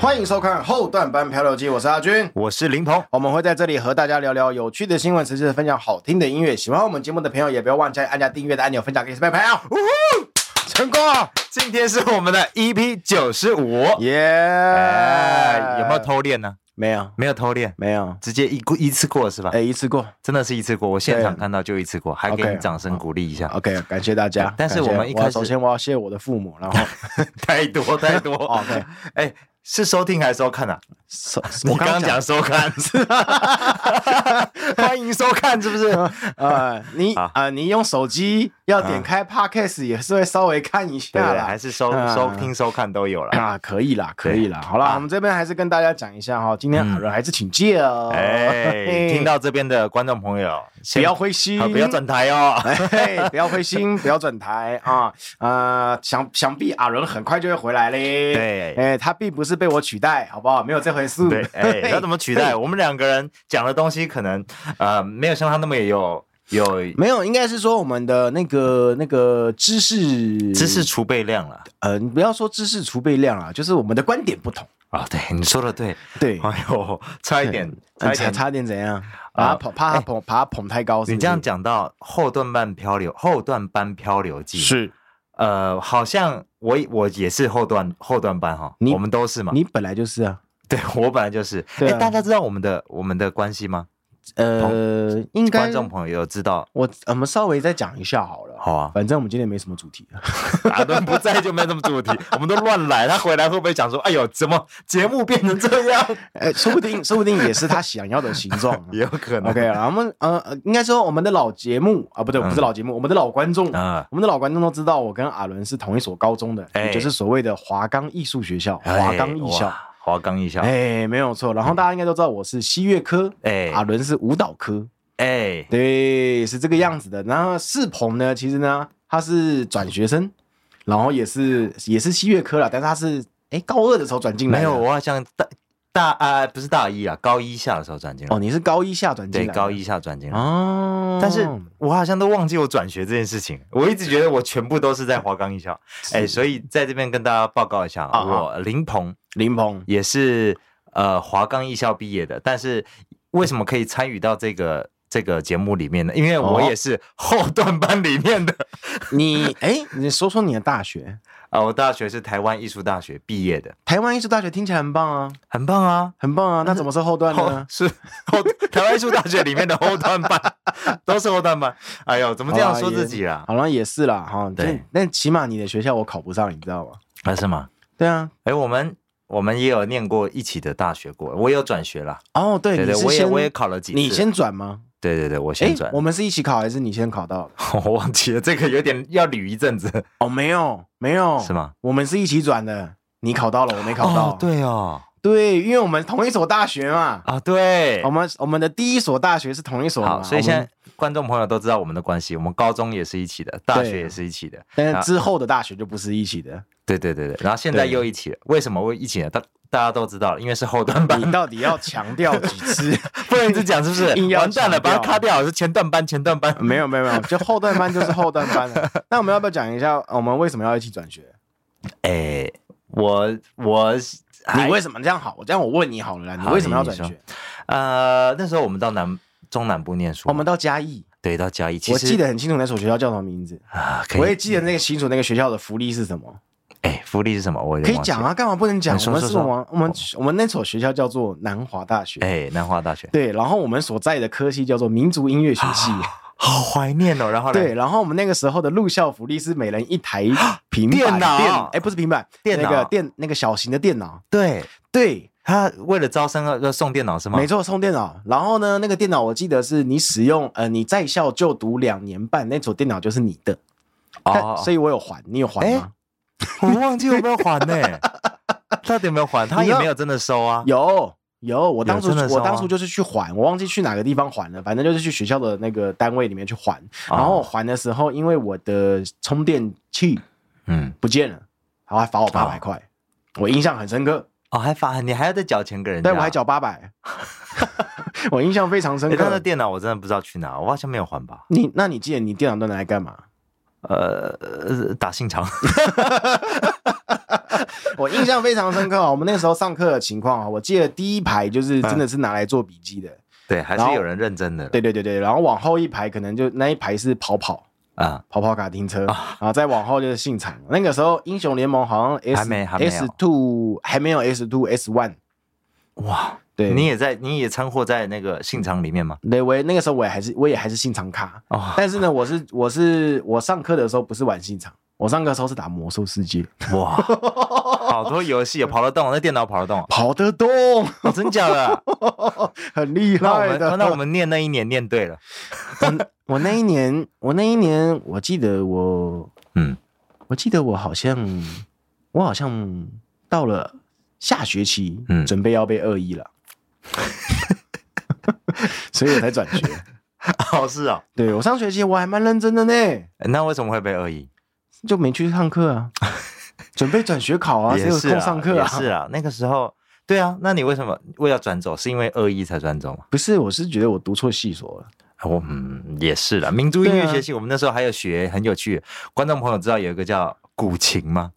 欢迎收看《后段班漂流记》，我是阿军。我是林鹏，我们会在这里和大家聊聊有趣的新闻时事，分享好听的音乐。喜欢我们节目的朋友，也不要忘记按下订阅的按钮，分享给身边朋友。呜成功了！今天是我们的 EP 九十五，耶、哎，有没有？偷练呢？没有，没有偷练，没有。直接一过一次过是吧哎、？一次过。真的是一次过，我现场对看到就一次过，还给 OK，你掌声鼓励一下， OK，感谢大家。但是感谢我们一开始首先我要谢我的父母，然后太多太多。哦对哎，是收听还是收看啊？收 你刚刚讲收 看，欢迎收看，是不是？ 呃，你好啊、呃你用手机要点开 Podcast 也是会稍微看一对，啊下啊对啦，还是收嗯收听收看都有了。啊，可以啦，可以啦。好啦，啊我们这边还是跟大家讲一下哈，今天好人还是请戒哦。哎，嘿听到这边的观众朋友，不先要灰心啊，不要转台哦。嘿，不要灰 心，不要转台啊！呃，想想必阿伦很快就会回来嘞。对哎，他并不是被我取代，好不好？没有这回事。 对，哎，要怎么？么取代？我们两个人讲的东西可能呃没有像他那么有有没有，应该是说我们的那个那个知识知识，储备量了。呃，你不要说知识储备量啊，就是我们的观点不同。啊，对，你说的对。对， 哎呦，差一点，差差一点。啊哎差点怎样？把他捧，怕他捧，把他捧太高。是不是你这样讲到后段半漂流，后段班漂流记，是呃，好像我我也是后段后段班哈，你我们都是嘛。你本来就是啊。对我本来就是。对啊哎，大家知道我们的我们的关系吗？呃，应该观众朋友有知道，我呃我们稍微再讲一下好了。好啊反正我们今天没什么主题 了。阿伦不在就没什么主题，我们都乱来。他回来会不会想说，哎呦，怎么节目变成这样？哎，说不定，说不定也是他想要的形状 。也有可能。 OK 了，我们呃，呃应该说我们的老节目啊，不对，嗯不是老节目，我们的老观众，啊，我们的老观众都知道，我跟阿伦是同一所高中的，哎也就是所谓的华冈艺术学校，华冈艺校。哇，华冈艺校，哎，没有错。然后大家应该都知道我是西乐科，哎阿伦是舞蹈科，哎，对，是这个样子的。然后世鹏呢，其实呢，他是转学生，然后也是也是西乐科了，但是他是哎高二的时候转进来没的。有，我好像大大啊，不是大一啊，高一下的时候转进来。哦，你是高一下转进对，来的，高一下转进来。哦，但是我好像都忘记我转学这件事情，我一直觉得我全部都是在华冈艺校，哎，所以在这边跟大家报告一下，啊啊我林鹏林鹏也是呃华冈艺校毕业的，但是为什么可以参与到这个这个节目里面呢？因为我哦也是后段班里面的， 你哎，你说说你的大学，啊，我大学是台湾艺术大学毕业的，台湾艺术大学听起来很棒啊，很棒啊，很棒啊，那怎么是后段 后呢？是后台湾艺术大学里面的后段班， 都是后段班。哎呦，怎么这样说自己啊啦？好啊像也是啦，哈，对就，但起码你的学校我考不上，你知道吗？啊，是吗？对啊，哎，我们我们也有念过一起的大学过，我也有转学啦。哦，对，对你对，是我也先我也考了几次。你？先转吗？对对对，我先哎转，。我们是一起考还是你先考到的？ 我忘记了，这个有点要捋一阵子，哦，没有，没有，是？吗？我们是一起转的，你考到了，我没考到。哦，对哦，对，因为我们同一所大学嘛，啊对我。们我们的第一所大学是同一所嘛，好，所以现哦我们在观众朋友都知道我们的关系，我们高中也是一起的，大学也是一起的，但是之后的大学就不是一起的。对对对对，然后现在对又一起了，为什么会一起呢？大大家都知道了，因为是后段班 你到底要强调几次？不能一直讲，是不是？ 硬要完蛋了，强调把它卡掉，是前段班，前段班。没有没有没有，就后段班就是后段班 了。那我们要不要讲一下呃我们为什么要一起转学？哎，我我你还为什么这样好？我这样我问你好了啦，你哎好为什么要你转说学？呃，那时候我们到南中南部念书，我们到嘉义，对到嘉义，其我实记得很清楚那所学校叫什么名字，啊，可我也以记得那个清楚那个学校的福利是什么。哎，福利是什么？我有可点以忘记讲啊，干嘛不能讲？你我哎说们说是说我们我们我们那所学校叫做南华大学了。，哎，南华大学，对，然后我们所在的科系叫做民族音乐学系。啊好怀念哦。然 后呢对，，然后我们那个时候的入校福利是每人一台平板电脑哎，不是平板，电那个脑电那个小型的电脑。对对，他为了招生要要送电脑是吗？没错，送电脑。然后呢，那个电脑我记得是你使用，呃，你在校就读两年半，那所电脑就是你的。但哦，所以我有还，你有还吗？我忘记有没有还 呢？到底有没有还？他你知也道没有真的收啊。有有，我当初真的是哦我吗当初就是去还，我忘记去哪个地方还了，反正就是去学校的那个单位里面去还。哦然后还的时候，因为我的充电器嗯，不见了，然后还罚我啊八百块，我印象很深刻。哦，还罚你还要再缴钱给人家？对，我还缴八 百，我印象非常深哎。他的刻。电脑我真的不知道去哪，我好像没有还吧。你那你记得你电脑都拿来干嘛？呃，呃打信长，我印象非常深刻啊！我们那时候上课的情况啊，我记得第一排嗯就是真的是拿来做笔记的， 对，还然是后有人认真的对对对对，然后往后一排可能就那一排是跑跑啊。跑跑卡丁车，然后再往后就是信场。那个时候英雄联盟好像 S 还没还没有 S two 还没有 S two S one，哇，对你也在，你也掺和在那个信场里面吗？对，我也那个时候我也还是我也还是信场卡，哦，但是呢，我是我是我上课的时候不是玩信场，我上课的时候是打魔兽世界， 哇，好多游戏跑得动，那电脑跑得 动，跑得动， 哦真假 的？很厉那我害的。们那我们念那一年念对了， 我那一年，我那一年，我记得我，嗯，我记得我好像，我好像到了下学期，嗯准备要被恶意了， 所以我才转学。 哦是啊，对我上学期我还蛮认真的呢，那为什么会被恶意？就没去上课 啊，准备转学考啊，谁也有是啊空上课啊？也是啊，那个时候，对啊，那你为什么为了转走？是因为恶意才转走吗？不是，我是觉得我读错系所了。啊我嗯也是啦，民族音乐学系，我们那时候还有学很有趣，观众朋友知道有一个叫古琴吗？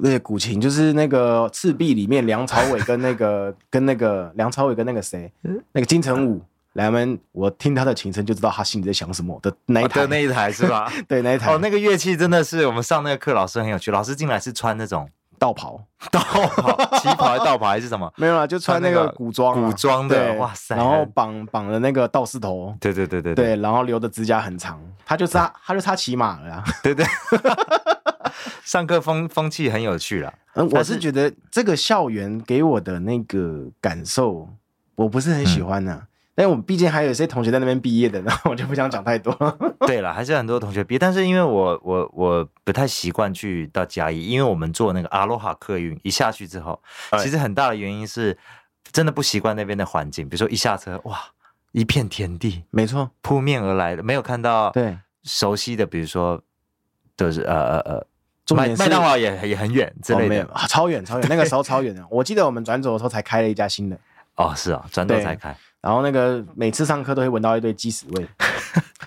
对，古琴就是那个《赤壁》里面梁朝伟跟那 个跟那个梁朝伟跟那个谁，那个金城武。来，我们我听他的琴声就知道他心里在想什么的那一哦台， 对，那一台是吧？对那一台哦，那个乐器真的是我们上那个课，老师很有趣，老师进来是穿那 种道袍道袍、旗袍、还是道袍还是什么？没有啦，就穿那穿那个个古装啊古装的对哇塞然后绑绑了那个道士头，对对对对对，然后留的指甲很长，他就差他就差骑马了啦。啊对对，上课风风气很有趣啦。嗯，我但是是觉得这个校园给我的那个感受，我不是很喜欢呐、但我毕竟还有一些同学在那边毕业的，然后我就不想讲太多。 对了，还是很多同学毕业，但是因为我我我不太习惯去到嘉义，因为我们坐那个阿罗哈客运一下去之后，哎其实很大的原因是真的不习惯那边的环境，比如说一下车哇，一片田地没错，扑面而来的，没有看到对。熟悉的，比如说就是呃呃呃。重麦点是麦当劳也也很远之哦，类没的有啊，超远超远，那个时候超远的。我记得我们转走的时候才开了一家新的，哦是啊，转头对才开，然后那个每次上课都会闻到一堆鸡屎味，因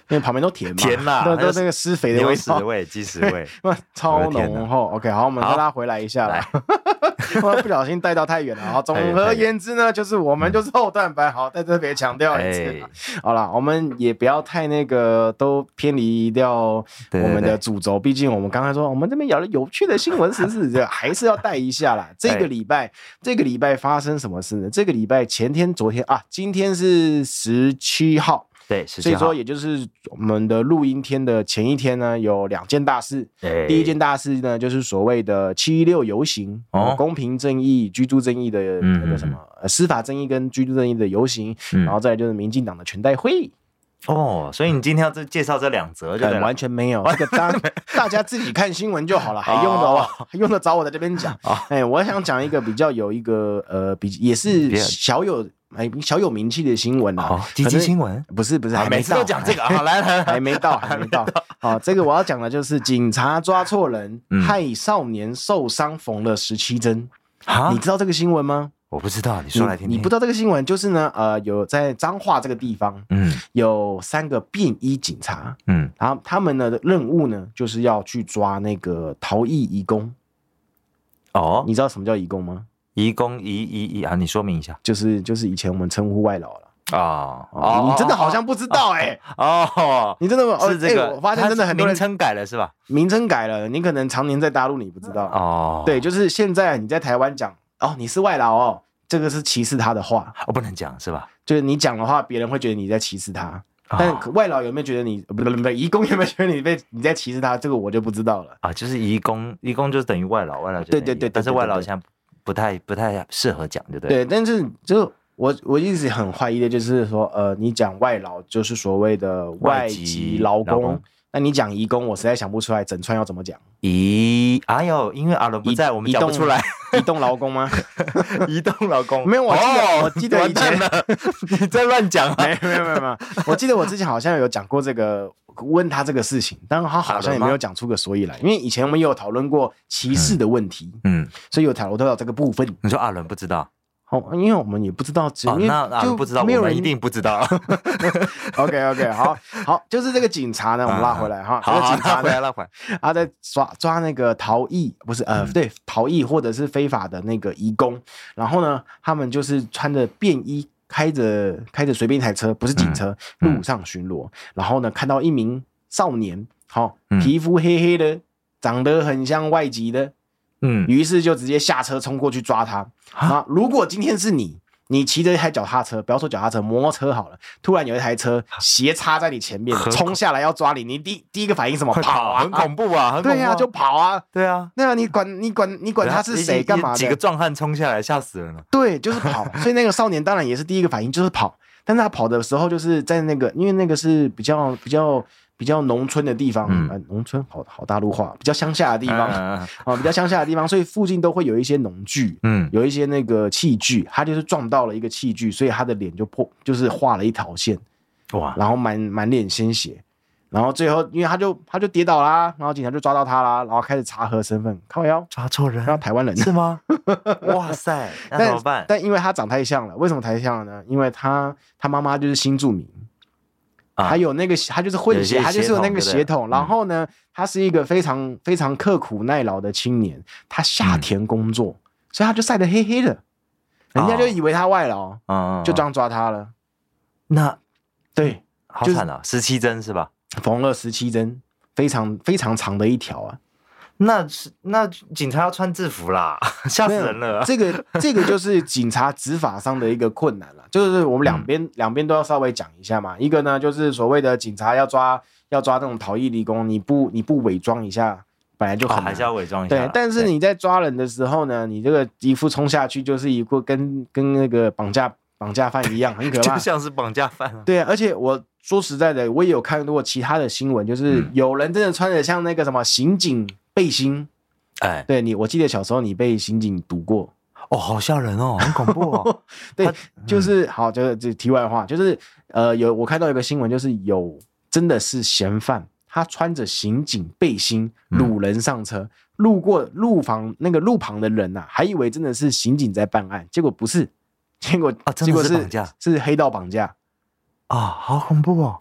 为旁边都田嘛，甜啦，都还有都那个施肥的牛味屎道，味、鸡屎味，哇，我超的天哪浓厚。OK，好，我们好再拉回来一下啦， 我不小心带到太远了。好，总哎太远嗯而言之呢，就是我们就是后蛋白，好，再特别强调一次哎啦。，好啦，我们也不要太那个，都偏离掉我对对们的对主轴。毕竟我们刚才说，哦我们这边有了有趣的新闻时事，这还是要带一下 啦。这个礼拜，这个礼拜发生什么事呢？这个礼拜前天、昨天啊，今天是十七号，对，是所以这说样也就是我们的录音天的前一天呢，有两件大事。哎第一件大事呢，就是所谓的七一六游行，哦公平正义、居住正义的嗯那个什么、呃司法正义跟居住正义的游行，嗯然后再来就是民进党的全代会，哦，所以你今天要这介绍这两则就呃对了完全没有，这个当大家自己看新闻就 好了，还用得哦哇，还用得着我在这边讲哦？哎，我想讲一个比较有一个呃，比也是别小有哎小有名气的新闻啊哦，，几可级是新闻不是不是，啊，还没每次都到讲这个，好来 来还来，没到，还没到。好、这个我要讲的就是警察抓错人，嗯害少年受伤缝了十七针。啊你，知道这个新闻吗？我不知道，你说来听听。你。你不知道这个新闻，就是呢，呃，有在彰化这个地方嗯有三个便衣警察，嗯，然后他们呢的任务呢，就是要去抓那个逃逸移工。哦，你知道什么叫移工吗？移工移移移啊，你说明一下就是就是以前我们称呼外劳了。啊。哦，你真的好像不知道哎、哦，你真的哦是这哎个，我发现真的很多人名称改了是吧？名称改了，你可能常年在大陆，你不知道哦，对，，就是现在你在台湾讲哦，你是外劳哦，这个是歧视他的话，哦，不能讲是吧？就是你讲的话，别人会觉得你在歧视他。但哦可外劳有没有觉得你呃不不不，移工有没有觉得你被你在歧视他？这个我就不知道了。啊，就是移工，移工就是等于外劳，外劳就对等于对对对但是对外对劳对现在不太不太适合讲，对不对？对，但是就我我一直很怀疑的就是说，呃，你讲外劳就是所谓的外外籍籍劳劳工工，那你讲移工，我实在想不出来整串要怎么讲。移，哎呦，因为阿伦不移在，我们移讲不动 出来。移动劳工 吗？移动老公没有我记得 哦我记得以前完蛋了 你在乱 讲啊！没有没有没有没有，我记得我之前好像有讲过这个，问他这个事情，但他好像也没有讲出个所以来，因为以前我们也有讨论过歧视的问题，嗯，所以有讨论到这个部分。啊你说阿伦不知道哦，因为我们也不知道只，哦，因为那啊就不知道，我没有们人 一定不知道。 OK OK，好好，就是这个警察 呢，我们拉回来哈，这啊好，个好警察拉回来，呢，拉回来。他在抓抓那个逃逸，不是呃，嗯对，逃逸或者是非法的那个移工，然后呢，他们就是穿着便衣。开着开着随便一台车，不是警车，嗯嗯路上巡逻。然后呢，看到一名少年，好、嗯皮肤黑黑的，长得很像外籍的，嗯，于是就直接下车冲过去抓他。啊，如果今天是你，你骑着一台脚踏车，不要说脚踏车，摩托车好了，突然有一台车啊斜插在你前面，很冲下来要抓你，你第第一个反应是什么？快跑啊！很恐怖啊，很恐怖啊。对呀、就跑啊！对啊，那你管你管你管他是一谁一干嘛几个的？壮汉冲下来，吓死人了。对，就是 跑。所以那个少年当然也是第一个反应就是跑，但是他跑的时候就是在那个，因为那个是比较比较比较农村的地方，嗯呃农村好好大陆话，比较乡下的地方啊、嗯比较乡下的地方，所以附近都会有一些农具，嗯，有一些那个器具，他就是撞到了一个器具，所以他的脸就破，就是画了一条线，哇，然后满满脸鲜血，然后最后因为他就他就跌倒啦，然后警察就抓到他啦，然后开始查核身份，靠腰，抓错人然后台湾人，是吗？哇塞，那但怎么办？但因为他长太像了，为什么太像了呢？因为他他妈妈就是新住民。啊还有那个，他就是混有一些血，他就是有那个血血统。统对不对嗯然后呢，他是一个非常非常刻苦耐劳的青年，他下嗯田工作，所以他就晒得黑黑的，人家就哦以为他外劳，嗯，嗯就这嗯样抓他了。那对，好就是惨啊，十七针是吧？缝了十七针，非常非常长的一条啊，那是那警察要穿制服啦， 吓死人 了。这个这个就是警察执法上的一个困难了，就是我们嗯两边、两边都要稍微讲一下嘛。一个呢，就是所谓的警察要抓要抓那种逃逸离工，你不你不伪装一下，本来就哦很还难。是要伪装一下啦。对，但是你在抓人的时候呢，你这个一副冲下去就是一副跟跟那个绑架绑架犯一样，很可对怕 就。像是绑架犯啊。对啊，而且我说实在的，我也有看过其他的新闻，就是嗯有人真的穿着像那个什么刑警背心，哎，对你，我记得小时候你被刑警堵过。哦，好吓人哦，很恐 怖哦。对他，就是好，就是这题外话，就是呃，有我看到一个新闻，就是有真的是嫌犯，他穿着刑警背心嗯掳人上车，路过路旁那个路旁的人呐、啊还以为真的是刑警在办案，结果不是，结果啊真的结果是是绑架是黑道绑架。啊，好恐怖哦。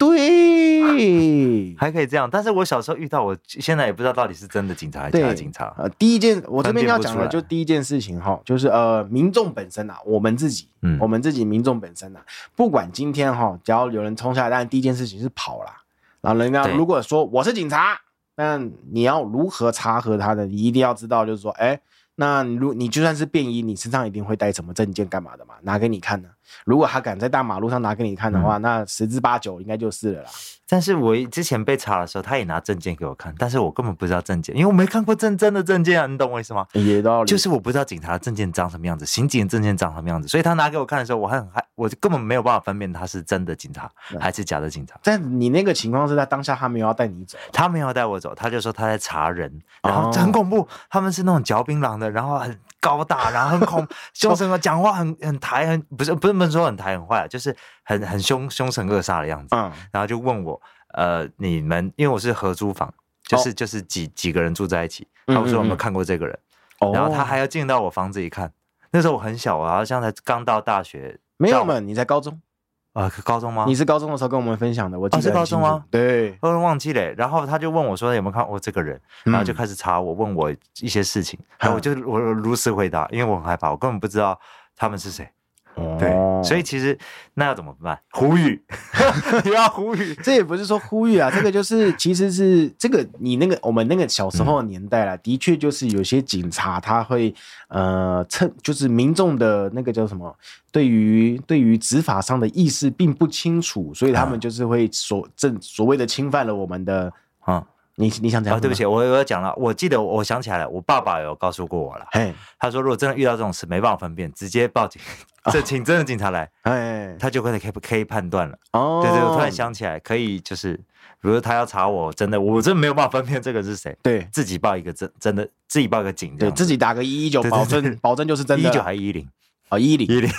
对，还可以这样，但是我小时候遇到，我现在也不知道到底是真的警察还是对假的警察。呃，第一件我这边要讲分辨的不出就来第一件事情哈，就是呃，民众本身啊，我们自己，嗯我们自己民众本身啊，不管今天哈，只要有人冲下来，当然第一件事情是跑啦。然后人家对如果说我是警察，那你要如何查核他呢？你一定要知道，就是说，哎。那你如你就算是便衣，你身上一定会带什么证件干嘛的嘛？拿给你看呢、如果他敢在大马路上拿给你看的话，嗯那十之八九应该就是了啦。但是我之前被查的时候，他也拿证件给我看，但是我根本不知道证件，因为我没看过真真的证件啊，你懂我意思吗？也道理就是我不知道警察的证件长什么样子，刑警的证件长什么样子，所以他拿给我看的时候，我还很害，我就根本没有办法分辨他是真的警察嗯还是假的警察。但你那个情况是在当下他没有要带你走，他没有带我走，他就说他在查人，哦然后很恐怖，他们是那种嚼槟榔的，然后很高大，然后很 恐，凶神恶，讲话很很抬，很不是不是不是说很抬很坏，就是很很凶凶神恶煞的样子。嗯，然后就问我，呃，你们因为我是合租房，就是、就是几几个人住在一起，他哦嗯说有嗯没嗯有看过这个人，哦然后他还要进到我房子一看，那时候我很小，我啊好像才刚到大学，没有嘛？你在高中，呃，高中吗？你是高中的时候跟我们分享的，我记哦是得很高清中楚。吗对，我忘记了，然后他就问我说有没有看过这个人，然后就嗯开始查我，问我一些事情，然后我就我如实回答，因为我很害怕，我根本不知道他们是谁。对，哦所以其实那要怎么办？呼吁， 你要 呼吁。这也不是说呼吁 啊，这个就是其实是这个你那个我们那个小时嗯候的年代啦，的确就是有些警察他会呃趁就是民众的那个叫什么，对于对于执法上的意识并不清楚，所以他啊们就是会所正所谓的侵犯了我们的。啊、你你想怎嗯，哦样、啊，对不，起，我我有讲了，我记得我我想起来了，我爸爸有告诉过我了，嘿，他说如果真的遇到这种事没办法分辨，直接报警，哦这请真的警察来，哎，他就会可以可以判断了。哦，对对，我突然，想起来，可以就是，比如说他要查我，真的我真的没有办法分辨这个是谁，对自己报一个真真的自己报一个警这对，样子，自己打个一一九，对对保对证保证就是真的一啦，九还一零啊一零一零，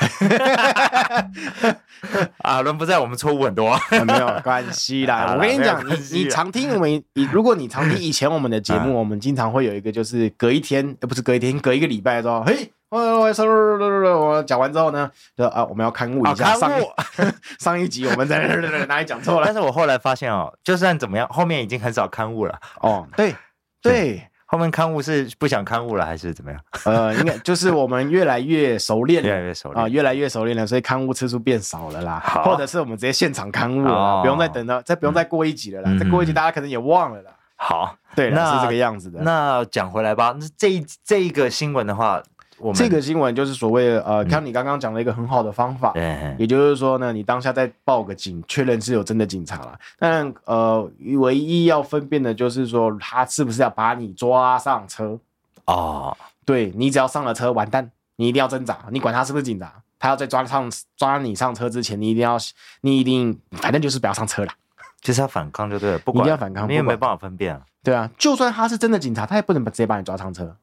啊，人不在，我们错误很多。啊 没有关系啦。好啦我跟你讲，你没有嗯关系你啊常听我们，以如果你 常听以前我们的节目，我们经常会有一个就是隔一天，呃不是隔一天，隔一个礼拜之后，嘿，我我我讲完之后呢，就啊，我们要刊物一下啊刊上一 物上一集我们在哪里讲 错了 但是我后来发现哦，就算怎么样，后面已经很少刊物了。哦，对对，后面刊物是不想刊物了，还是怎么样？呃，应该就是我们越来越熟练越来了。越熟啊、练。越来越熟练了，所以刊物次数变少了啦，好或者是我们直接现场刊物了啦，哦不用再等到，再不用再过一集了啦，嗯再过一集大家可能也忘了啦。好，对啦，那是这个样子的。那讲回来吧，那这一这一个新闻的话，我们这个新闻就是所谓的呃，看你刚刚讲了一个很好的方法，嗯也就是说呢，你当下再报个警，确认是有真的警察了。但呃，唯一要分辨的就是说，他是不是要把你抓上车？哦，对你只要上了车，完蛋，你一定要挣扎，你管他是不是警察，他要在抓上抓你上车之前，你一定要，你一定，反正就是不要上车啦。就是要反抗就对了，不管一定要反抗因为不管没办法分辨了。对啊，就算他是真的警察，他也不能直接把你抓上车。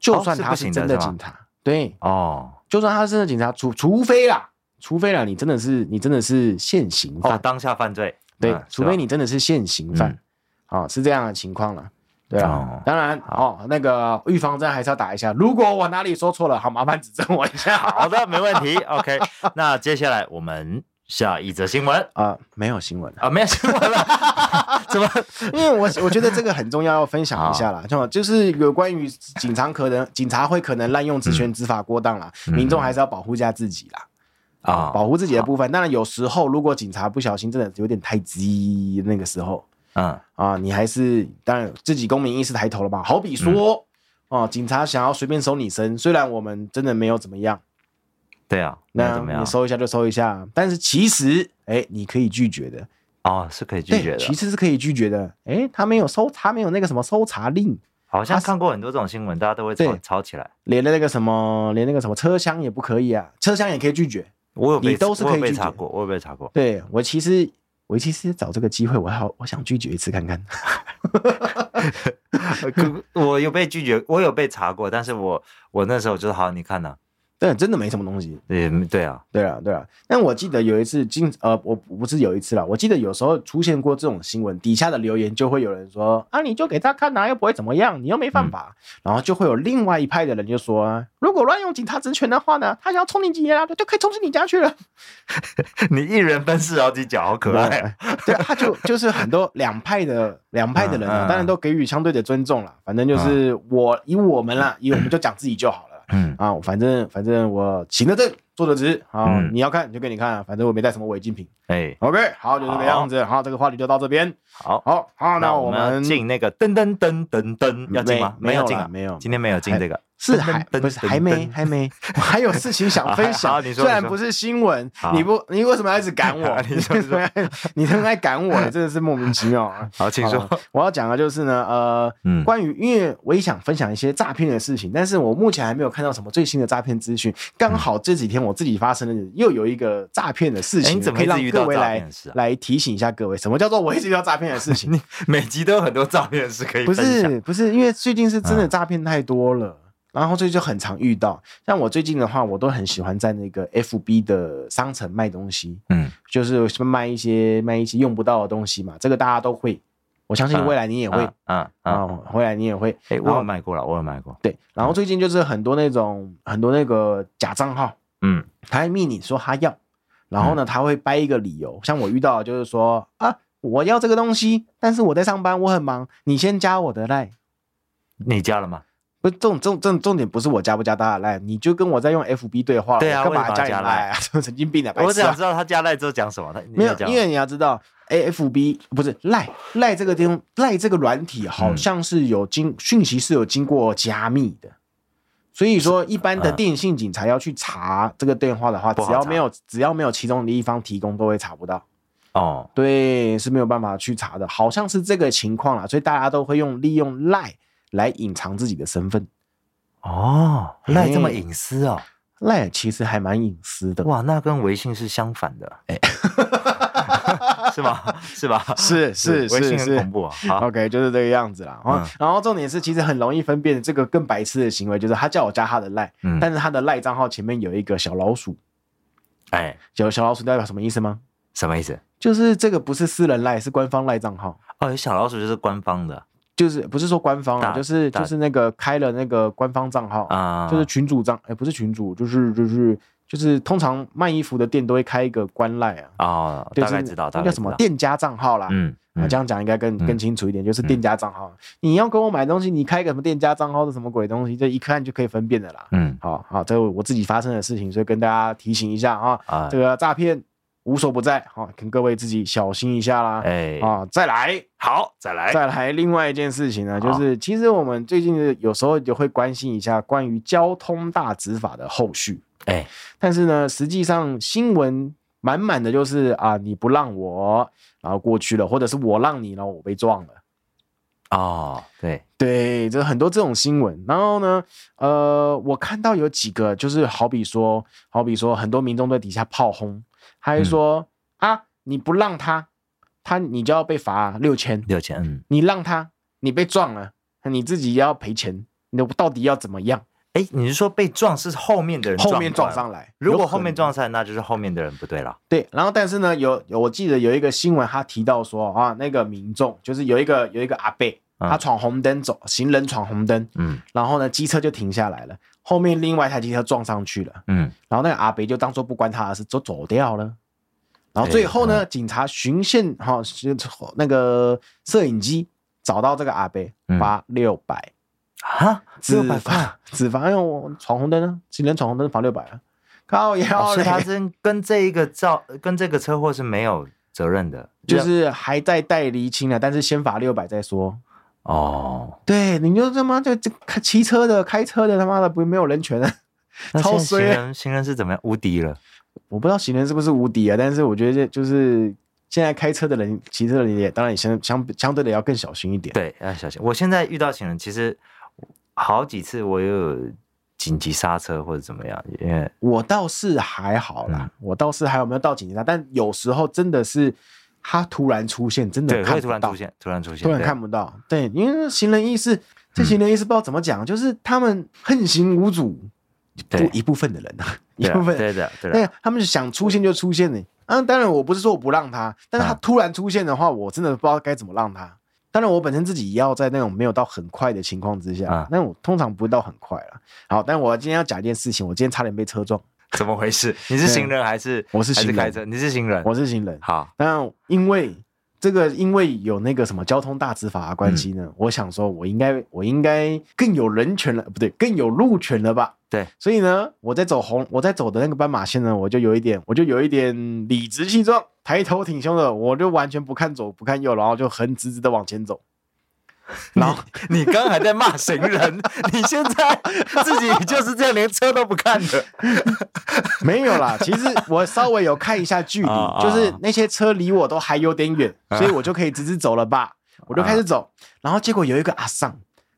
就算哦是不他行的真的是吧警察，对，哦就算他是真的警察，除除非啦，除非啦，你真的是你真的是现行犯，哦，当下犯罪对，嗯除是吧非你真的是现行犯嗯，啊、是这样的情况了。对啊，哦当然哦，那个预防针还是要打一下。如果我哪里说错了，好麻烦指正我一下。好的，哦没问 题。OK，那接下来我们下一则新闻啊、没有新闻了， 啊，没有新闻了，怎么？ 因为我我觉得这个很重要，要分享一下嗯啦，就就是有关于警察可能警察会可能滥用职权执法过当啦，嗯民众还是要保护一下自己啦。啊保护自己的部分，当然有时候如果警察不小心真的有点太激，那个时候嗯，啊，你还是当然自己公民意识抬头了吧？好比嗯说，哦、警察想要随便搜你身，虽然我们真的没有怎么样，对啊，那那怎么样你？搜一下就搜一下，但是其实，哎、你可以拒绝的，哦，是可以拒绝对，其的。实是可以拒绝的。哎、他没有搜，他没有那个什么搜查令，好像它是看过很多这种新闻，大家都会吵对吵起来。连那个什么，连那个什么车厢也不可以啊，车厢也可以拒绝。我有被你都是我有可以被拒绝查过，我有被查过。对我其实，我其实找这个机会，我好我想拒绝一次看 看。可我有被拒绝，我有被查过，但是我我那时候就是好，你看呐、但真的没什么东西。也对啊，对啊，对啊。但我记得有一次经呃，我我不是有一次啦，我记得有时候出现过这种新闻，底下的留言就会有人说啊，你就给他看呐、又不会怎么样，你又没犯嗯法。然后就会有另外一派的人就说、啊，如果乱用警察职权的话呢，他想要冲你几年啊，就可以冲进你家去了。你一人分饰好几角，好可爱、啊。对啊，他就就是很多两派的两派的人嗯啊，嗯当然都给予相对的尊重啦。反正就是我以我们啦，以我们就讲自己就好了啦。嗯，啊，反正反正我行得正，坐得直啊，嗯你要看就给你看啊，反正我没带什么违禁品。哎， OK，好，就这个样子。好，这个话题就到这边。好，好，好，那那我我们要们嗯进那个噔噔噔噔噔，要进吗？没没有进啦哎啊，没有今天没有进这个。是还噔噔不是噔还没噔还没， 我还有事情想分好好享。你说虽然你说不是新闻好，你不你为什么要一直赶好我？ 你说你说 你这么爱赶 我，真的是莫名其妙啊！好，请说好。了我要讲的就是呢，呃，嗯关于因为我也想分享一些诈骗的事情，但是我目前还没有看到什么最新的诈骗资讯。刚好这几天我自己发生的又有一个诈骗的事哎情，你怎么可以一直让遇各到位诈来骗的事啊来提醒一下各位，什么叫做我一直遇到诈骗的事 情？你每集都有很多照片是可以不分享。是不是，因为最近是真的诈骗太多了。然后所以就很常遇到，像我最近的话，我都很喜欢在那个 FB 的商城卖东西，嗯，就是卖一些卖一些用不到的东西嘛，这个大家都会，我相信啊未来你也会，嗯嗯，啊，回来你也会。哎，然我有后卖过了，我有卖过。对，然后最近就是很多那种很多那个假账号，嗯，他会密你说他要，然后呢他会掰一个理由，像我遇到的就是说啊我要这个东西，但是我在上班，我很忙，你先加我的 line。你加了吗？不是重重重重点不是我加不加大家的 line，你就跟我在用 FB 对话，对啊我干为嘛什么加要你加 line 啊？ 神经病啊！白我痴想啊！知道他加赖之后讲什么。他你没有，讲因为你要知道，AFB 不是赖赖这个地方赖这个软体好嗯像是有经、讯息是有经过加密的，所以说一般的嗯电信警察要去查这个电话的话，不好只要没有只要没有其中的一方提供，都会查不到。哦，对，是没有办法去查的，好像是这个情况啦，所以大家都会用利用赖来隐藏自己的身份。哦，赖这么嘿隐私哦，赖其实还蛮隐私的，哇，那跟微信是相反的，哎， 是吧？是吧？是是微是信很是恐。怖啊！好， OK，就是这个样子啦。然后、嗯然后重点是，其实很容易分辨这个更白痴的行为，就是他叫我加他的赖、嗯但是他的赖账号前面有一个小老鼠，哎，小小老鼠代表什么意思吗？什么意思？就是这个不是私人赖，是官方赖账号。哦，有小老鼠就是官方的，就是不是说官方啊，大就是大就是那个开了那个官方账号，啊，哦就是群主账，哎、不是群主，就是就是就是通常卖衣服的店都会开一个官赖啊，哦，就大是概知道，大那叫概知什么道，店家账号啦。嗯，我嗯啊这样讲应该更嗯更清楚一点，就是店家账号。你要跟我买东西，你开个什么店家账号是什么鬼东西，这一看就可以分辨的啦。嗯好好，这是我自己发生的事情，所以跟大家提醒一下啊，啊这，个诈骗无所不在，好，请各位自己小心一下啦。哎，啊，再来，好，再来，再来，另外一件事情呢，就好是其实我们最近有时候也会关心一下关于交通大执法的后续，哎，但是呢，实际上新闻满满的就是啊，你不让我，然后过去了，或者是我让你，然后我被撞了。哦，对，对，这很多这种新闻。然后呢，呃，我看到有几个，就是好比说，好比说，很多民众在底下炮轰，他还说、啊，你不让他，他你就要被罚六千，六千，嗯，你让他，你被撞了，你自己要赔钱，你到底要怎么样？哎，你是说被撞是后面的人后面撞撞过来上吗？来，如有果可后面能撞上来，那就是后面的人不对了。对，然后但是呢，有有我记得有一个新闻，他提到说啊，那个民众就是有一个有一个阿伯，嗯他闯红灯走，行人闯红灯，嗯然后呢，机车就停下来了，后面另外一台机车撞上去了，嗯，然后那个阿北就当做不关他的事，就走掉了。然后最后哎呢，警察巡线哈、是那个摄影机找到这个阿北，嗯罚六百，啊，只六百块。罚只罚，因为我闯红灯啊，行人闯红灯罚六百啊，靠哦，腰所嘞， 以他真跟这一个造跟这个车祸是没有责任的，就是还在待厘清了，但是先罚六百再说。哦，对，你就他妈就这开骑车的、开车的，他妈的不没有人权啊！那超现在行啊衰欸人行人是怎么样无敌了？我不知道行人是不是无敌啊，但是我觉得就是现在开车的人、骑车的人也当然也相相相对的要更小心一点。对，要小心。我现在遇到行人，其实好几次我有紧急刹车或者怎么样，因为我倒是还好啦，嗯我倒是还有没有到警察，但有时候真的是他突然出现，真的对看会不突然到出，现，突然出现，突然对看不到。对，因为行人意识，这行人意识不知道怎么讲，就是他们横行无阻，对一部分的人啊，一对啊部分对的对的， 对，他们想出现就出现呢、啊，当然我不是说我不让他，但是他嗯突然出现的话，我真的不知道该怎么让他。当然，我本身自己也要在那种没有到很快的情况之下啊，但我通常不会到很快了。好，但我今天要讲一件事情，我今天差点被车撞，怎么回事？你是行人还是我是还行人开车？你是行人，我是行人。好那因为这个，因为有那个什么交通大执法的关系呢，我想说，我应该我应该更有人权了，不对，更有路权了吧？对，所以呢，我在走红，我在走的那个斑马线呢，我就有一点，我就有一点理直气壮，抬头挺胸的，我就完全不看左不看右，然后就横直直的往前走。然后你刚还在骂行人，你现在自己就是这样，连车都不看的。没有 啦，其实我稍微有看一下距离啊，啊就是那些车离我都还有点远，啊所以我就可以直直走了吧。我就开始走，然后结果有一个阿尚，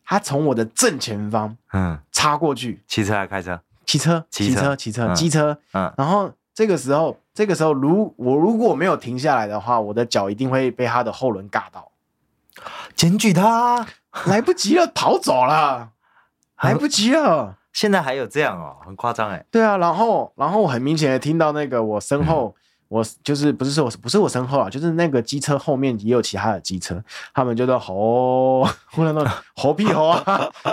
他从我的正前方嗯，插过去，骑车还啊开车？骑车，骑骑车车，骑车，嗯机车。嗯，然后这个时候，这个时候，如我如果没有停下来的话，我的脚一定会被他的后轮尬到，检举他啊。来不及了，逃走 了，很来不及了。现在还有这样哦，很夸张哎。对啊，然后，然后我很明显的听到那个我身后，我就是不是说我不是我身后啊，就是那个机车后面也有其他的机车，他们就在吼，忽 然说吼屁吼啊，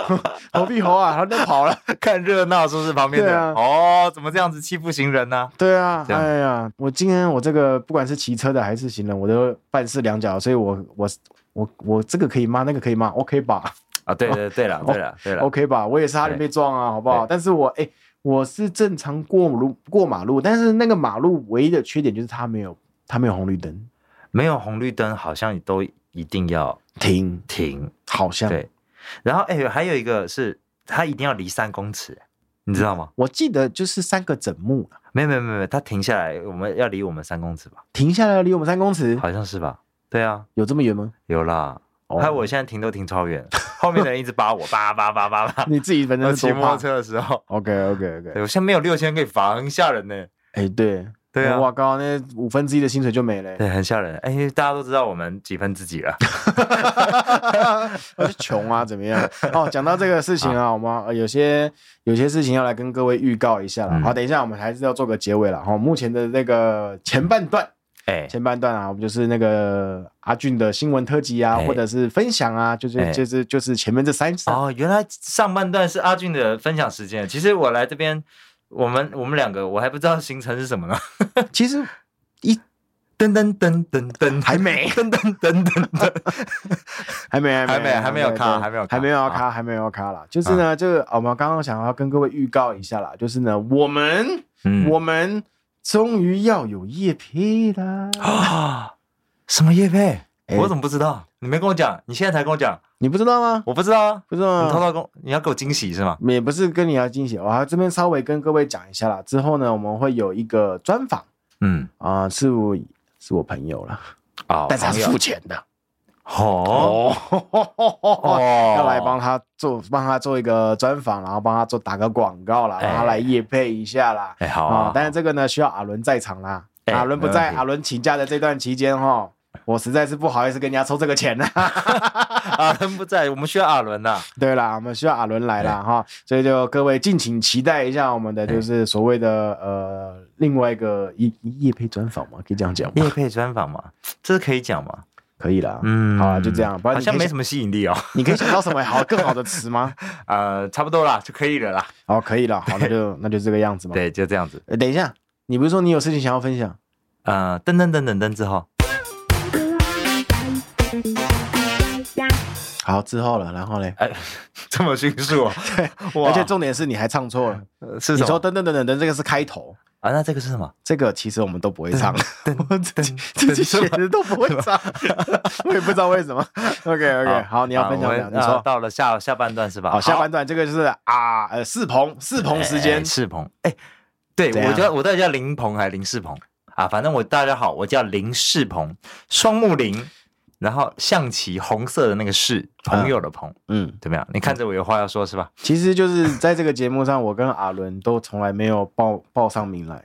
吼屁吼啊，然后就跑了。看热闹是不是旁边的人？对啊哦，怎么这样子欺负行人呢、对啊，这样哎呀，我今天我这个不管是骑车的还是行人，我都办事两脚，所以我我我我这个可以骂，那个可以骂，OK 吧啊，对对对了，对了，对了，哦？OK 吧？我也是差点被撞啊，好不好？对但是我哎、我是正常过路过马路，但是那个马路唯一的缺点就是它没有它没有红绿灯没有红绿灯好像都一定要停，停。好像对，然后哎、还有一个是他一定要离三公尺，你知道吗？我记得就是三个整木了没有没有没有，他停下来，我们要离我们三公尺吧？停下来离我们三公尺，好像是吧？对啊，有这么远吗？有啦。哦还有我现在停都停超远， 后面的人一直扒我，扒扒扒扒 扒。你自己本我身骑是摩托多怕车的时候， ？OK OK OK，对我现在没有六千可以罚，很吓人呢、哎、对对啊哇靠，那五分之一的薪水就没了、对，很吓人。哎，大家都知道我们几分自己 了。我就穷啊，怎么 样？哦，讲到这个事情啊，我们呃有些有些事情要来跟各位预告一下了。哦嗯好，等一下我们还是要做个结尾了。哈、目前的那个前半段哎前半段啊，我们就是那个阿俊的新闻特辑啊，哎或者是分享啊，就是、哎就是就是前面这三场。哦，原来上半段是阿俊的分享时间。其实我来这边，我们我们两个我还不知道行程是什么呢。其实一 噔噔噔噔噔，还没 噔噔噔噔噔。还没还没还没有对卡对还没有卡啊还没有好卡还没有卡啦。就是呢，这个我们刚刚想要跟各位预告一下啦，就是呢，我们 嗯我们终于要有夜配啦。啊， 什么叶配？哎我怎么不知道？你没跟我讲，你现在才跟我讲，你不知道吗？我不知道啊。不知道你偷吗？偷跟我你要给我惊喜是吗？也不是跟你要惊喜，我还这边稍微跟各位讲一下啦。之后呢，我们会有一个专访嗯，啊，是我是我朋友啦，哦但是他朋是友付钱的哦哦哦，要来帮他做，帮他做一个专访，然后帮他做打个广告啦，哎让他来夜配一下啦。哎好啊啊，，但是这个呢，需要阿伦在场啦。哎阿伦不没在，问题阿伦请假的这段期间哈，我实在是不好意思跟人家抽这个钱啦。 啊阿伦不在，我们需要阿伦呐。对啦，我们需要阿伦来哎啦哈，所以就各位敬请期待一下我们的就是所谓的呃另外一个夜夜配专访嘛，可以这样讲吗？叶配专访嘛，这可以讲嘛？可以啦，嗯，好啦啊就这样不然好你可以像没想什么吸引 力哦。你可以想到什么好更好的词 吗？呃，差不多啦，就可以了啦。哦，可以了，好，那就那就这个样子嘛。 对，就这样子。呃，等一下，你不是说你有事情想要分享？呃，噔噔噔噔噔之后，好，之后了，然后嘞，哎， 这么迅速 啊！哇而且重点是你还唱错了，呃是你什说么等等等等等，这个是开头，啊？那这个是什么？这个其实我们都不会唱， 我自己噔 自己写的都不会唱， 我也不知道为什么。OK OK，好，你要啊分享我分们享，你啊说。到了下下半段是吧？好，下半段这个就是啊，呃，世鹏，世鹏时哎间哎，世鹏，哎，对怎样我叫我到底叫林鹏还是林世鹏啊？反正我大家好，我叫林世鹏，双木林，然后象棋红色的那个世，朋友的朋，嗯，怎么样？你看着我有话要说是吧？其实就是在这个节目上，我跟阿伦都从来没有报报上名来，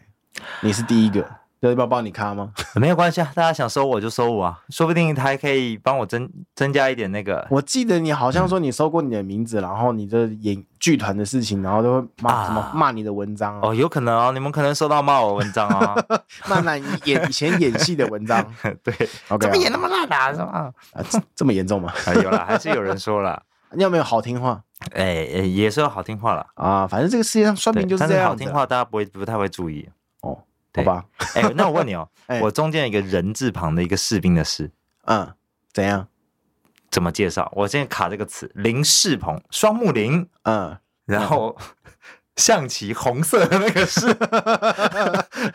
你是第一个，要不要报你咖吗？ 没有关系啊，大家想收我就收我啊，说不定他还可以帮我增增加一点那个我记得你好像说你收过你的名字，然后你的演剧团的事情，然后都会骂啊什么骂你的文章哦，哦，有可能哦，你们可能收到骂我文章哦。 骂那你演以前演戏的文 章对， ，OK，怎么演啊那么烂 啊？是吧？啊这这么严重吗？啊，有了，还是有人说了，你有没有好听话 哎、哎也是有好听话了。啊？反正这个世界上酸对，民就是但这是好样子听话大家不会不太会注意。哦，好对吧， 哎、那我问你哦哎，我中间有一个人字旁的一个士兵的士，嗯，怎样？怎么介绍？我现在卡这个词，林世鹏，双木林，嗯，然后。象棋红色的那个 是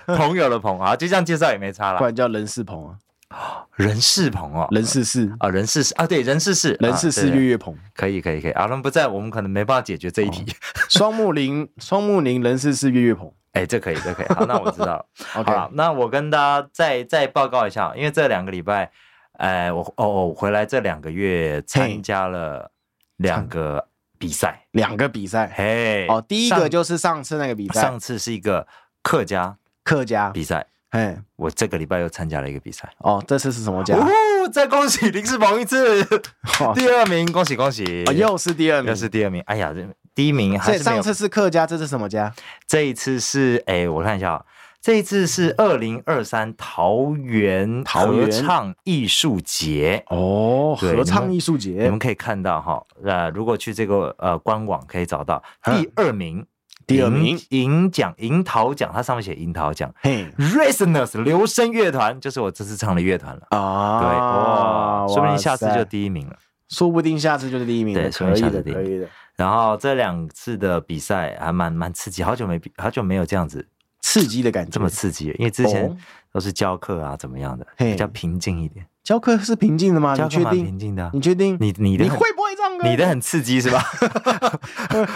朋友的朋啊，就这样介绍也没差不啦。然叫任世鹏啊，人世鹏哦，任世世，啊，人事是啊，对，人事是任世啊世对对 月月鹏，可以可以可以，阿伦不在，我们可能没办法解决这一题。双木林，双木林，任世世月月鹏。 哎，这可以，这可以。好，那我知道了。 OK，好了，那我跟大家再再报告一下，因为这两个礼拜，哎、我哦哦，我回来这两个月参加了两个比赛。两个比赛。嘿，哦，第一个上就是上次那个比赛上，次是一个客家客家比。赛，嘿，我这个礼拜又参加了一个比赛。哦，这次是什么家？哦，再恭喜林世鹏一次 哦第二名，恭喜恭喜！哦又是第二名又。是第二名，哎呀，这第一名还所以是没上有次是客家，这次什么家？这一次是哎、我看一下啊，这一次是二零二三桃园桃合园唱艺术节。哦，对合你唱们艺术你节们可以看到哈，呃，如果去这个呃官网可以找到嗯第二名，第二名。银奖银桃奖，它上面写银桃奖嘿 Resonance 流声乐团，就是我这次唱的乐团了。对，啊哇，，说不定下次哇就塞，第一名了。说不定下次就是第一名了。对说可不以定下的，次第一可名以的。然后这两次的比赛还蛮蛮刺激，好久没比，好久没有这样子刺激的感觉，这么刺激了，因为之前哦都是教课啊怎么样的，嘿比较平静一点。教课是平静的吗？教你课确蛮平定？静的啊、你确定？你你的你很会不会啊唱歌？你的很刺激是吧？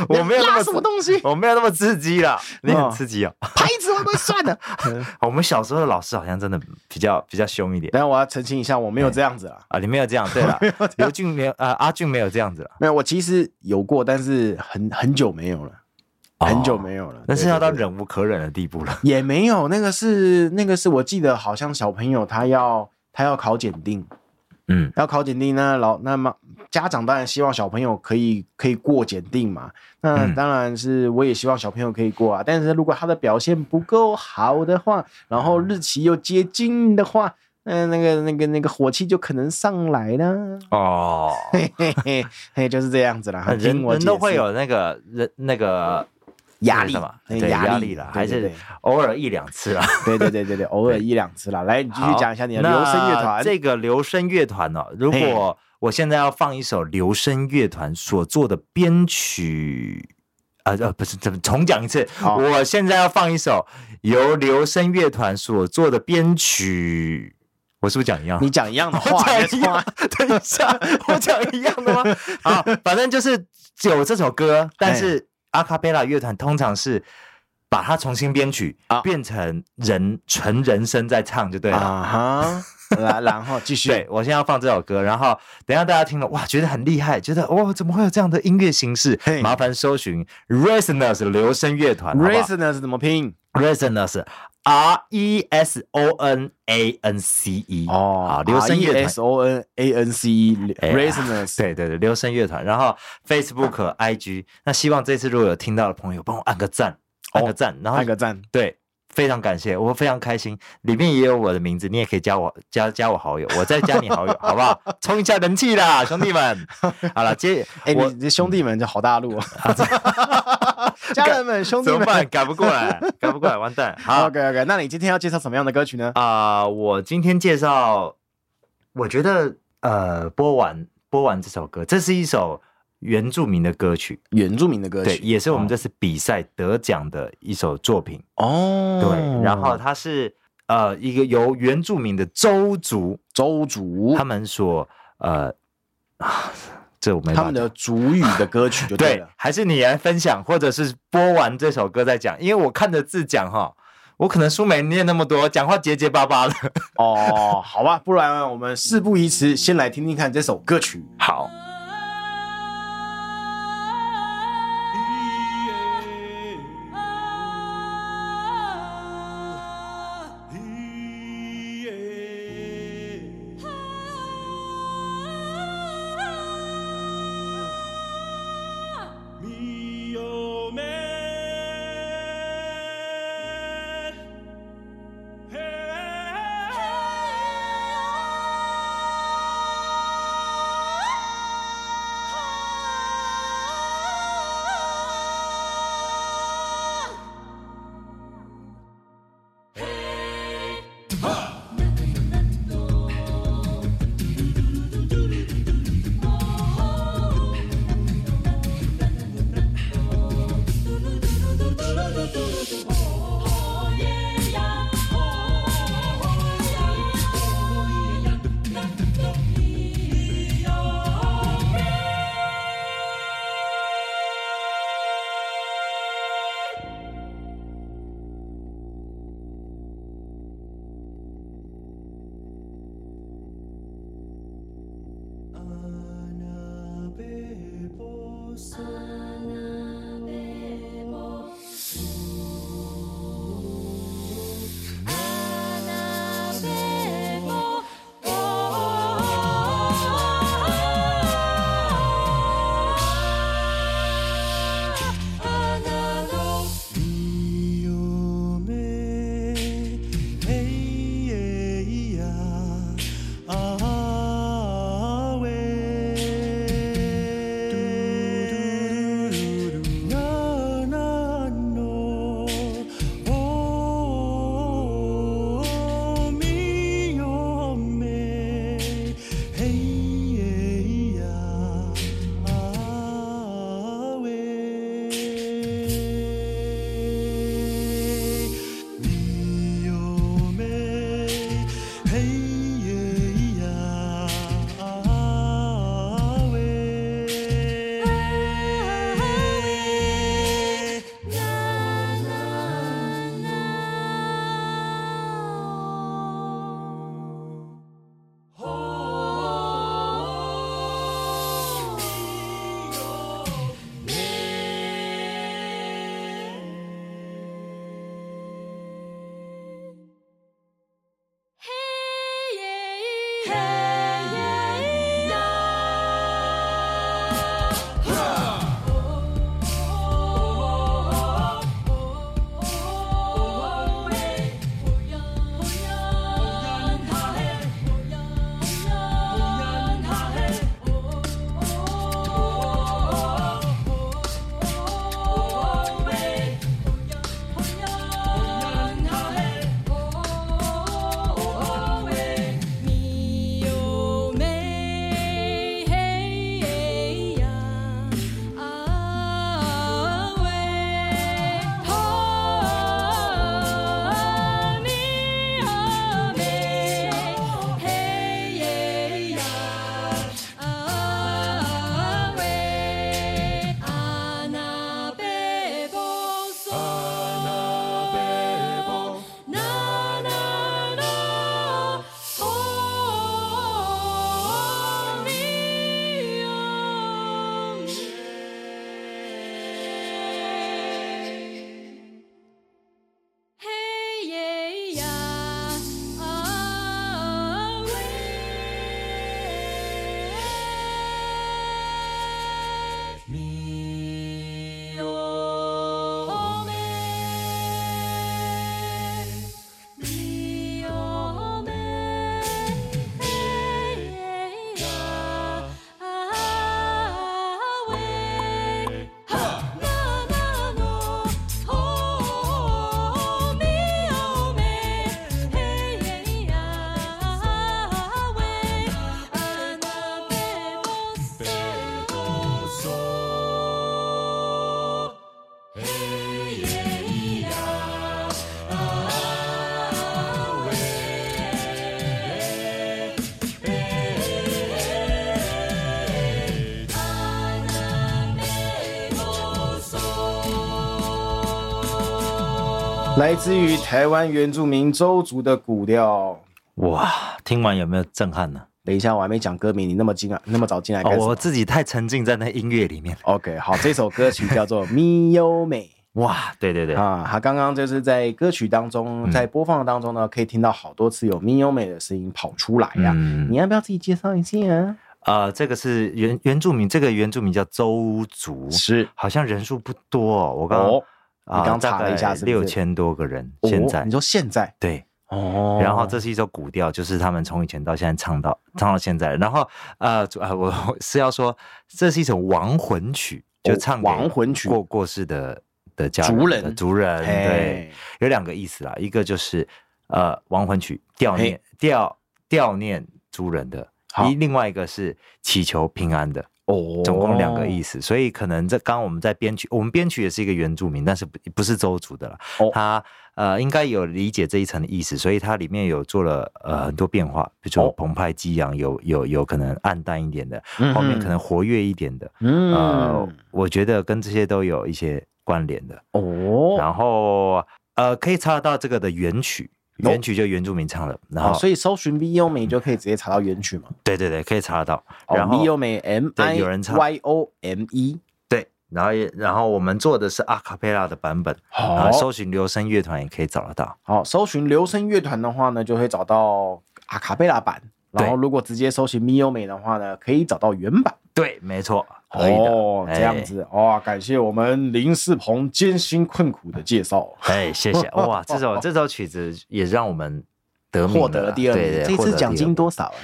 我没有那拉么，什么东西 我没有那么刺激啦，嗯你很刺激啊、拍子会不会算的？ 我们小时候的老师好像真的比较比较凶一点然后我要澄清一下，我没有这样子啦。啊，你没有这样对 了，刘俊没有呃阿俊没有这样子了，没有，我其实有过，但是很很久没有了，很久没有，有了。但哦是要到对对对忍无可忍的地步了。也没有，那个是那个是我记得好像小朋友他要他要考检定，嗯要考检定，那老那么家长当然希望小朋友可以可以过检定嘛。那嗯当然是我也希望小朋友可以过啊。但是如果他的表现不够好的话，然后日期又接近的话，那那个那个那个火气就可能上来了。哦，嘿嘿嘿，嘿，就是这样子啦。 人听我人解都会释有那个人那个压那力个什么那对压压力力了，对还对是对偶尔一两次啦。对对对对对， 偶尔一两次啦。来，你继续好讲一下你的那留声乐团。这个留声乐团哦，如果我现在要放一首留声乐团所做的编曲，啊呃不是，怎么重讲一次？好我现在要放一首由留声乐团所做的编曲，我是不是讲一样？ 你讲一样的我话，讲没一错啊样，等一下，我讲一样 的吗？好，反正就是有这首歌，但是阿卡贝拉乐团通常是把它重新编曲，啊变成人纯人声在唱 就对了。啊哈，然然后继续。对，我现在要放这首歌，然后等一下大家听了哇，觉得很厉害，觉得哇，怎么会有这样的音乐形式嘿？麻烦搜寻 Resonance 流声乐团好不好 Resonance 怎么拼？ Resonance R E S O N A N C E 好，流声乐 R E 团 S O N A N C E 哎呀 Resonance，对对对，流声乐团，然哦后 Facebook、IG，那希望这次如果有听到的朋友，帮我按个赞，按个赞，然后按个赞。对，非常感谢，我非常开心，里面也有我的名字，你也可以加我加加我好友，我再加你好友，好不好？冲一下人气啦，兄弟 们！好了，接哎，我你这兄弟们就好大 陆哦，家人们、兄弟嗯啊怎么们。办？赶不过来，赶不过来，完蛋！ 好 OK OK，那你今天要介绍什么样的歌曲呢？啊、我今天介绍，我觉得呃，播完播完这首歌，这是一首原住民的歌曲。原住民的歌对，曲，也是我们这次比赛得奖的一首作品。哦。对，然后它是呃一个由原住民的周族周族他们所呃， 啊这我没他办法们的族语的歌曲就对对了。，还是你来分享，或者是播完这首歌再讲，因为我看着字讲哈。我可能书没念那么多，讲话结结巴巴的。 哦，好吧，不然我们事不宜迟，先来听听看这首歌曲。好， מי עומד? Hey, yeah. 来自于台湾原住民周族的古调。哇，听完有没有震 撼呢？等一下，我还没讲歌名，你那么进来，那么早进来哦干什么？我自己太沉浸在那音乐里面。 OK，好，这首歌曲叫 做《咪优美哇，对对对》，啊，他刚刚就是在歌曲当中，嗯在播放当中呢，可以听到好多次有咪优美的声音跑出来呀、嗯你要不要自己介绍一下、啊？呃，这个是原原住民，这个原住民叫周族，是好像人数不多、哦。我刚哦啊你刚查了一下是不是六千多个人，现哦、在、你说现在对。哦，然后这是一首古调，就是他们从以前到现在唱到唱到现在。然后呃主啊，我我是要说，这是一首亡魂曲，就哦唱给亡魂曲过过世的的家族人的人族人对嘿，有两个意思啦，一个就是呃亡魂曲悼念嘿悼悼念族人的好，一另外一个是祈求平安的。哦，总共两个意思思，所以可能这刚刚我们在编曲，我们编曲也是一个原住民，但是不不是周族的了。哦他呃应该有理解这一层的意思，所以它里面有做了呃很多变化，比如哦说澎湃激昂，有有有可能暗淡一点的，嗯哼后面可能活跃一点的。嗯、呃，我觉得跟这些都有一些关联的。哦，然后呃可以查得到这个的原曲，哦原曲就原住民唱的。然好，后哦所以搜寻咪优美就可以直接查到原曲嘛。对对对，可以查得到。哦然后咪优美 M 对 I 有人唱 Y O M E，对，然后也然后我们做的是阿卡贝拉的版本，好然后搜寻流声乐团也可以找得到。好，搜寻流声乐团的话呢，就会找到阿卡贝拉版。对然后如果直接搜寻咪优美的话呢，可以找到原版。对，没错，可以的。哦，哎这样。子哇、感谢我们林世鹏艰辛困苦的介绍，哎，谢 谢哇！这首这首曲子也让我们得名获得了第二名。对对这获得次了奖第二金名多少啊？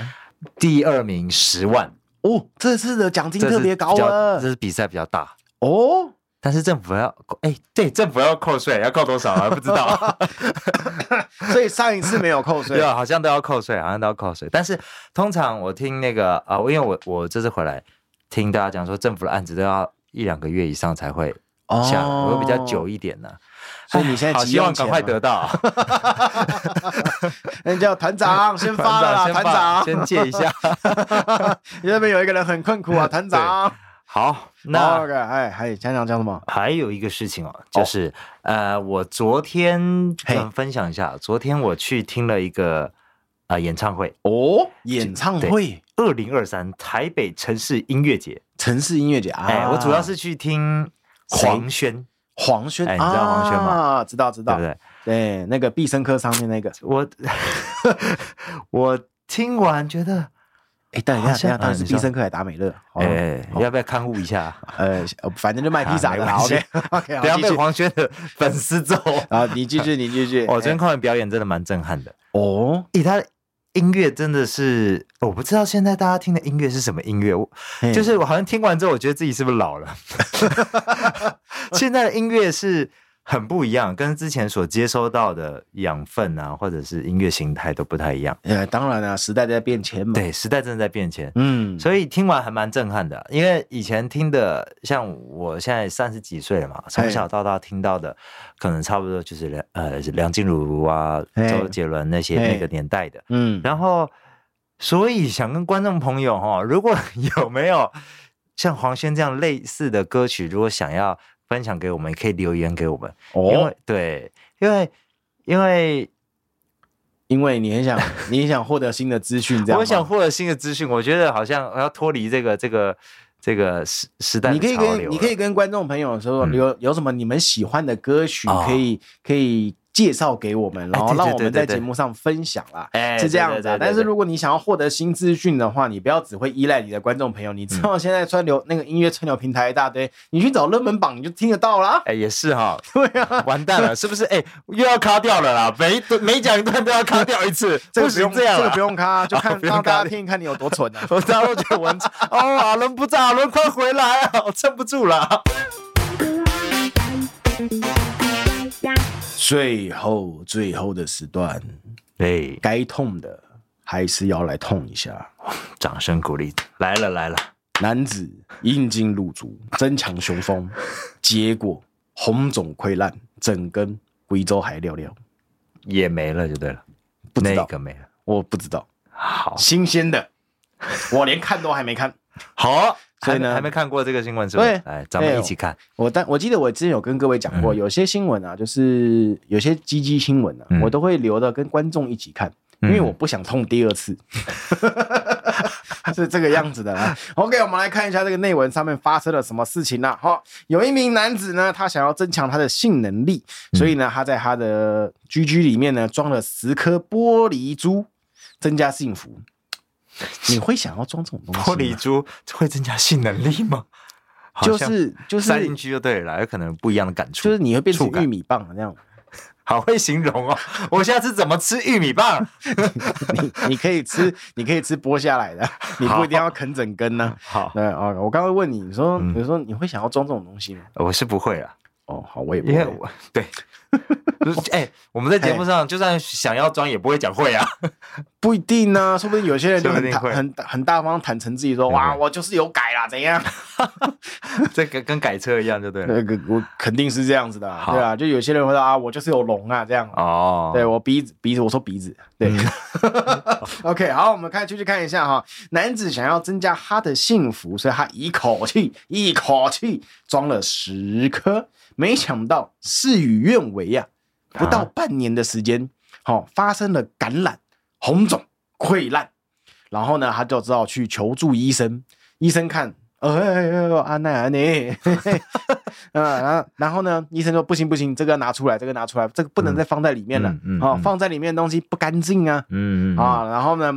第二名十万，哦，这次的奖金这是特别高啊比较了这。是比赛比较大。哦，但是政府要哎，对，政府要扣税，要扣 多少啊？不知道，所以上一次没有扣税 对。啊，好像都要扣税，好像都要扣税。但是通常我听那个啊，因为我我这次回来听大家讲说，政府的案子都要一两个月以上才会哦啊下来，我比较久一点呢、所以你现在好急希望用钱啊赶快吗得到，人家有哎团 长先发了啦，团长，先借一下。 你那边有一个人很困苦啊，团长。好，那那个，哎，还团长讲什么？还有一个事情哦，就是、呃，我昨天嘿想分享一下，昨天我去听了一个呃演唱会，哦，演唱会，二零二三台北城市音乐节。城市音乐节啊。哎、我主要是去听谁黄轩，黄轩，哎你知道黄轩吗啊，知道知对道，不对？对那个必胜客上面那个。我 我听完觉得，哎，等一下，等一好下，像到底是嗯你说必胜客还是达美乐？好哎、哦好要不要看护一下？呃，反正就卖披萨的啦。啊没 OK 关系 OK， 不要被继续。黄轩的粉丝揍。 哦啊，你继续，你继续。我昨天哎看完表演真的蛮震撼的，哦，咦，他的音乐真的是，哦我不知道现在大家听的音乐是什么音乐，我嘿就是我好像听完之后，我觉得自己是不是老了？现在的音乐是很不一样，跟之前所接收到的养分啊，或者是音乐形态都不太一样。呃，当然了，时代在变迁嘛。，对，时代正在变迁，嗯，所以听完还蛮震撼的，因为以前听的，像我现在三十几岁了嘛，从小到大听到的，可能差不多就是梁呃梁静茹啊、嘿周杰伦那些嘿那个年代的。嗯，然后，所以想跟观众朋友哈、如果 有没有像黄轩这样类似的歌曲，如果想要分享给我们，也可以留言给我们，因为哦，对，因为因为因为你很想，你很想获得新的资讯，这样吗。我想获得新的资讯，我觉得好像我要脱离这个这个这个时时代你的可以潮跟流你可以了跟观众朋友说，嗯有有什么你们喜欢的歌曲哦，哎可以可以介绍给我们，然后对对让我们对在对节目上分享啦。哎是这样子啊对对对对，但是对如果你想要获得新资讯的话，你不要只会依赖你的观众朋友。你知嗯道现在串流那个音乐串流平台一大堆，你去找热门榜你就听得到啦。哎也是 哈，对啊，完蛋了，是不是？哎又要卡掉了啦，每一每讲一段都要卡掉一次，这个不不行用 这样这个啦不用 看，啊就看不用让大咖家听看你有多蠢啊。 我大家都觉得文字哦，阿伦不在，阿伦快回来啊，我撑不住了。 最后最后的时段，对，该痛的还是要来痛一下。掌声鼓励，来了来了，男子应经入主，增强雄风，结果红肿溃烂，整根贵州还寥寥。也没了就对了，不知道那个没了。我不知道，好，新鲜的，我连看都还没看。好，所以还没呢还没看过这个新闻是不是？对哎来，咱们对一起看。我但我记得我之前有跟各位讲过，嗯有些新闻啊，就是有些鸡鸡新闻啊，嗯我都会留着跟观众一起看，因为嗯我不想痛第二次， 是这个样子的啦。OK，我们来看一下这个内文上面发生了什么事情啦、哈、有一名男子呢，他想要增强他的性能力，所嗯以呢，他在他的居居里面呢装了十颗玻璃珠，增加幸福。你会想要装这种东西吗？玻璃珠会增加性能力吗？好就像是就是塞进去就对了啦，有可能有不一样的感触。就是你会变成触感玉米棒那样。好会形容哦，我下次怎么吃玉米棒？你你可以吃， 你可以吃剥下 来的，你不一定要啃整根呢、 好，对啊、我刚刚问你，你说嗯你说你会想要装这种东西吗？呃我是不会了，哦，好，我也不因为会。我对。 就是哎、我们在节目上就算想要装也不会讲会啊。 不一定呢、说不定有些人就说不很定坦会很很大方坦诚自己说，对哇，对我就是有改啦，怎 样？这个跟改车一样就对了。那个我肯定是这样子的、啊，好对啊，就有些人会说啊，我就是有龙啊，这样。哦，嗯对我鼻子鼻子，我说鼻子，对。OK，好，我们看继续看一下哈。男子想要增加他的幸福，所以他一口气一口气装了十颗，没想到事与愿违呀、啊，不到啊半年的时间，好、发生了感染、红肿、溃烂，然后呢，他就只好去求助医生。医生看，呃哎呦哎呦，安奈 安妮，嘿嘿嗯，然后然后呢，医生说不行不行，这个要拿出来，这个拿出来，这个不能再放在里面了，嗯嗯哦，嗯放在里面的东西不干净啊，嗯，嗯嗯啊，然后呢，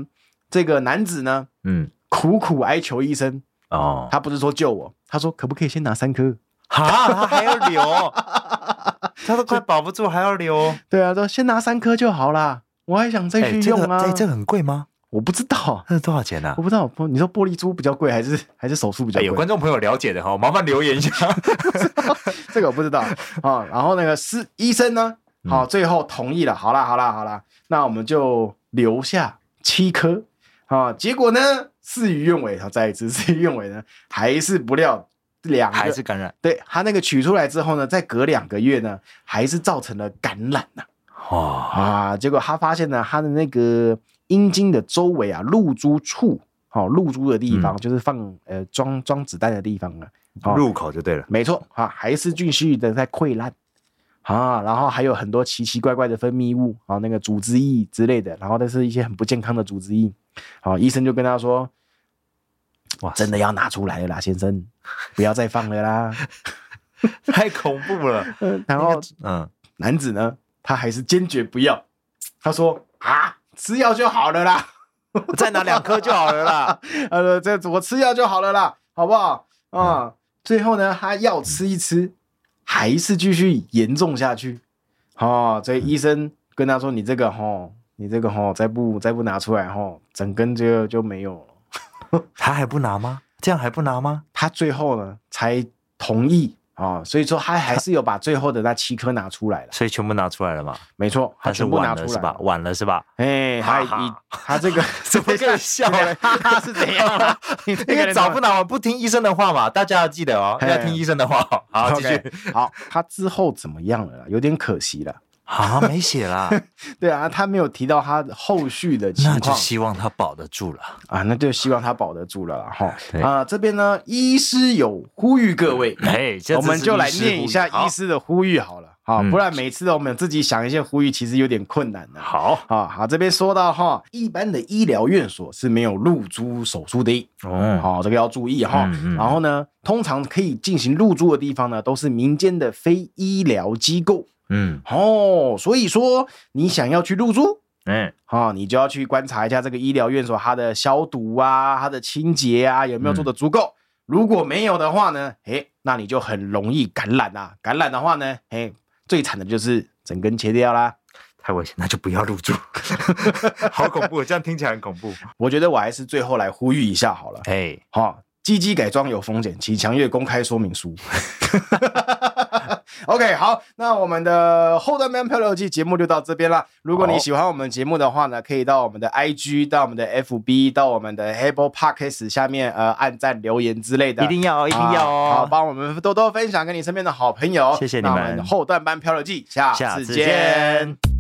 这个男子呢嗯苦苦哀求医生，哦，他不是说救我，他说可不可以先拿三颗？ 哈，他还要 留，他都快保不住还要留，对啊，说先拿三颗就好啦，我还想再哎去这用个啊，哎，这个很贵吗？我不知道。那是多少钱啊呢我？不知道，不你说玻璃珠比较贵，还是还是手术比较哎贵？有观众朋友了解的哈，麻烦留言一下。这个我不知道啊、然后那个是医生呢，好、嗯最后同意了，好啦，好啦，好啦，那我们就留下七颗啊、结果呢，事与愿违，好，再一次事与愿违呢，还是不料两个 还是 感染对他那个取出来之后呢，再隔两个月呢，还是造成了感染呐哇，啊结果他发现呢，他的那个阴茎的周围啊，露珠处。哦，露珠的地嗯方、就是放呃装装子弹的地方啊，哦入口就对了。没错啊，还是继续的在溃烂啊，然后还有很多奇奇怪怪的分泌物啊，那个组织液之类的，然后但是一些很不健康的组织液。好，医生就跟他说哇：“塞真的要拿出来了啦，先生，不要再放了啦。 太恐怖了。呃”然后嗯，男子呢，他还是坚决不要，他说：“啊，吃药就好了啦。”再拿两颗就好了啦。 呃，这我吃药就好了啦，好不好？啊、嗯最后呢，他药吃一吃，还是继续严重下去，哦，所以医生跟他说：“你这个吼，你这个吼，再不再不拿出来吼，整根就就没有了。 他还不拿吗？这样还不拿吗”？他最后呢才同意啊、哦所以说他还是有把最后的那七颗拿出来了，所以全部拿出来了嘛？没错，他但是全部拿晚出了来是吧？了晚了是吧？ 哎，他哈哈以他这个 怎么跟你 笑啊嘞哈哈是怎样啊？你这 因个为人早不拿完不听医生的话嘛，大家要记得哦，嘿要听医生的话哦。好，继续 OK，好， 他之后怎么样了啦？啊有点可惜了。啊，没写 啦，对啊，他没有提到他后续的情那就况希望他保得住了。啊，那就希望他保得住了啦哈。对啊，这边呢，医师有呼吁各位， 哎，这我次们是就来医师念呼一吁下好医师的呼吁好了，好，嗯不然每次我们自己想一些呼吁，其实有点困难的。好，啊，好，这边说到哈，一般的医疗院所是没有露珠手术的，哦，好、这个要注意哈。嗯嗯然后呢，通常可以进行入住的地方呢，都是民间的非医疗机构嗯，哦。所以说，你想要去入住哎，啊、你就要去观察一下这个医疗院所它的消毒啊、它的清洁啊有没有做的足够。如果没有的话呢，诶，那你就很容易感染啊。感染的话呢，诶，最惨的就是整根切掉啦。太危险，那就不要入住。好恐怖，这样听起来很恐怖。我觉得我还是最后来呼吁一下好了。 哎，好、鸡鸡改装有风险，请详阅公开说明书。OK，好，那我们的《后段班漂流记》节目就到这边啦。如果你好喜欢我们节目的话呢，可以到我们的 IG、到我们的 FB、到我们的 Apple Podcast 下面呃按赞、留言之类的，一定要，一定要啊好，哦。帮我们多多分享给你身边的好朋友。谢谢你们那我《后段班漂流记》，下下次见见。